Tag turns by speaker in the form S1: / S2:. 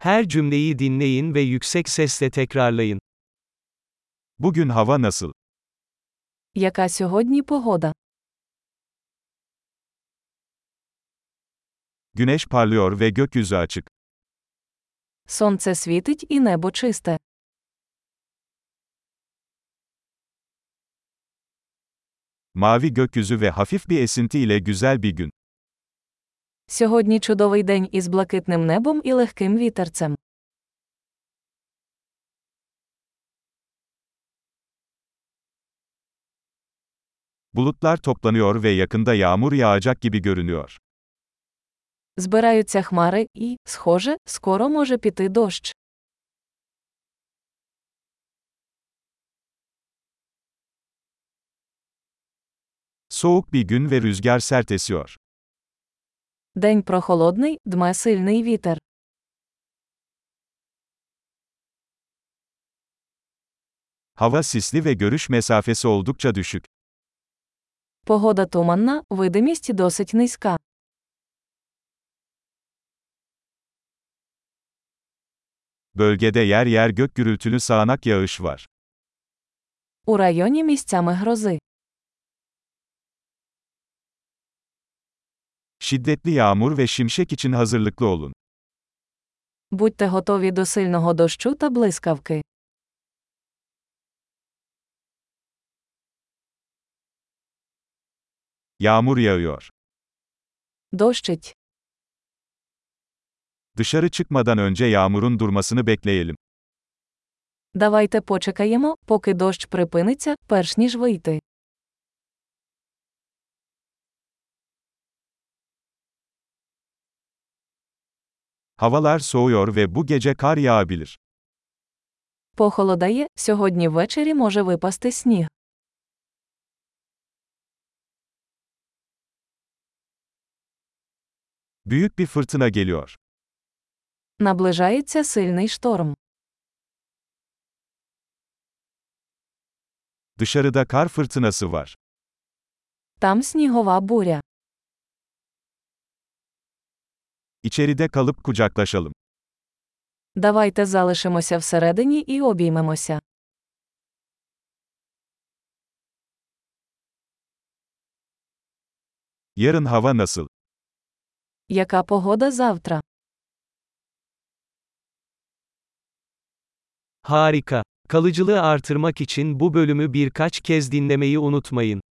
S1: Her cümleyi dinleyin ve yüksek sesle tekrarlayın.
S2: Bugün hava nasıl?
S3: Яка сьогодні погода?
S2: Güneş parlıyor ve gökyüzü açık.
S3: Сонце світить і небо чисте.
S2: Mavi gökyüzü ve hafif bir esinti ile güzel bir gün.
S3: Сьогодні чудовий день із блакитним небом і легким вітерцем.
S2: Bulutlar toplanıyor ve yakında yağmur yağacak gibi görünüyor.
S3: Збираються хмари і, схоже, скоро може піти дощ.
S2: Soğuk bir gün ve rüzgar sert esiyor.
S3: День прохолодний, дме сильний вітер.
S2: Hava sisli ve görüş mesafesi oldukça düşük.
S3: Погода туманна, видимість досить низька.
S2: Bölgede yer yer gök gürültülü sağanak yağış var.
S3: У районі місцями грози.
S2: Şiddetli yağmur ve şimşek için hazırlıklı olun.
S3: Будьте готові до сильного дощу та блискавки.
S2: Yağmur yağıyor.
S3: Дощить.
S2: Dışarı çıkmadan önce yağmurun durmasını bekleyelim.
S3: Давайте почекаємо, поки дощ припиниться, перш ніж вийти.
S2: Havalar soğuyor ve bu gece kar yağabilir.
S3: Похолодає, сьогодні ввечері може випасти сніг.
S2: Büyük bir fırtına geliyor.
S3: Наближається сильний шторм.
S2: Dışarıda kar fırtınası var.
S3: Там снігова буря.
S2: İçeride kalıp kucaklaşalım.
S3: Давайте залишимося всередині і обіймемося.
S2: Yarın hava nasıl?
S3: Яка погода завтра?
S1: Harika. Kalıcılığı artırmak için bu bölümü birkaç kez dinlemeyi unutmayın.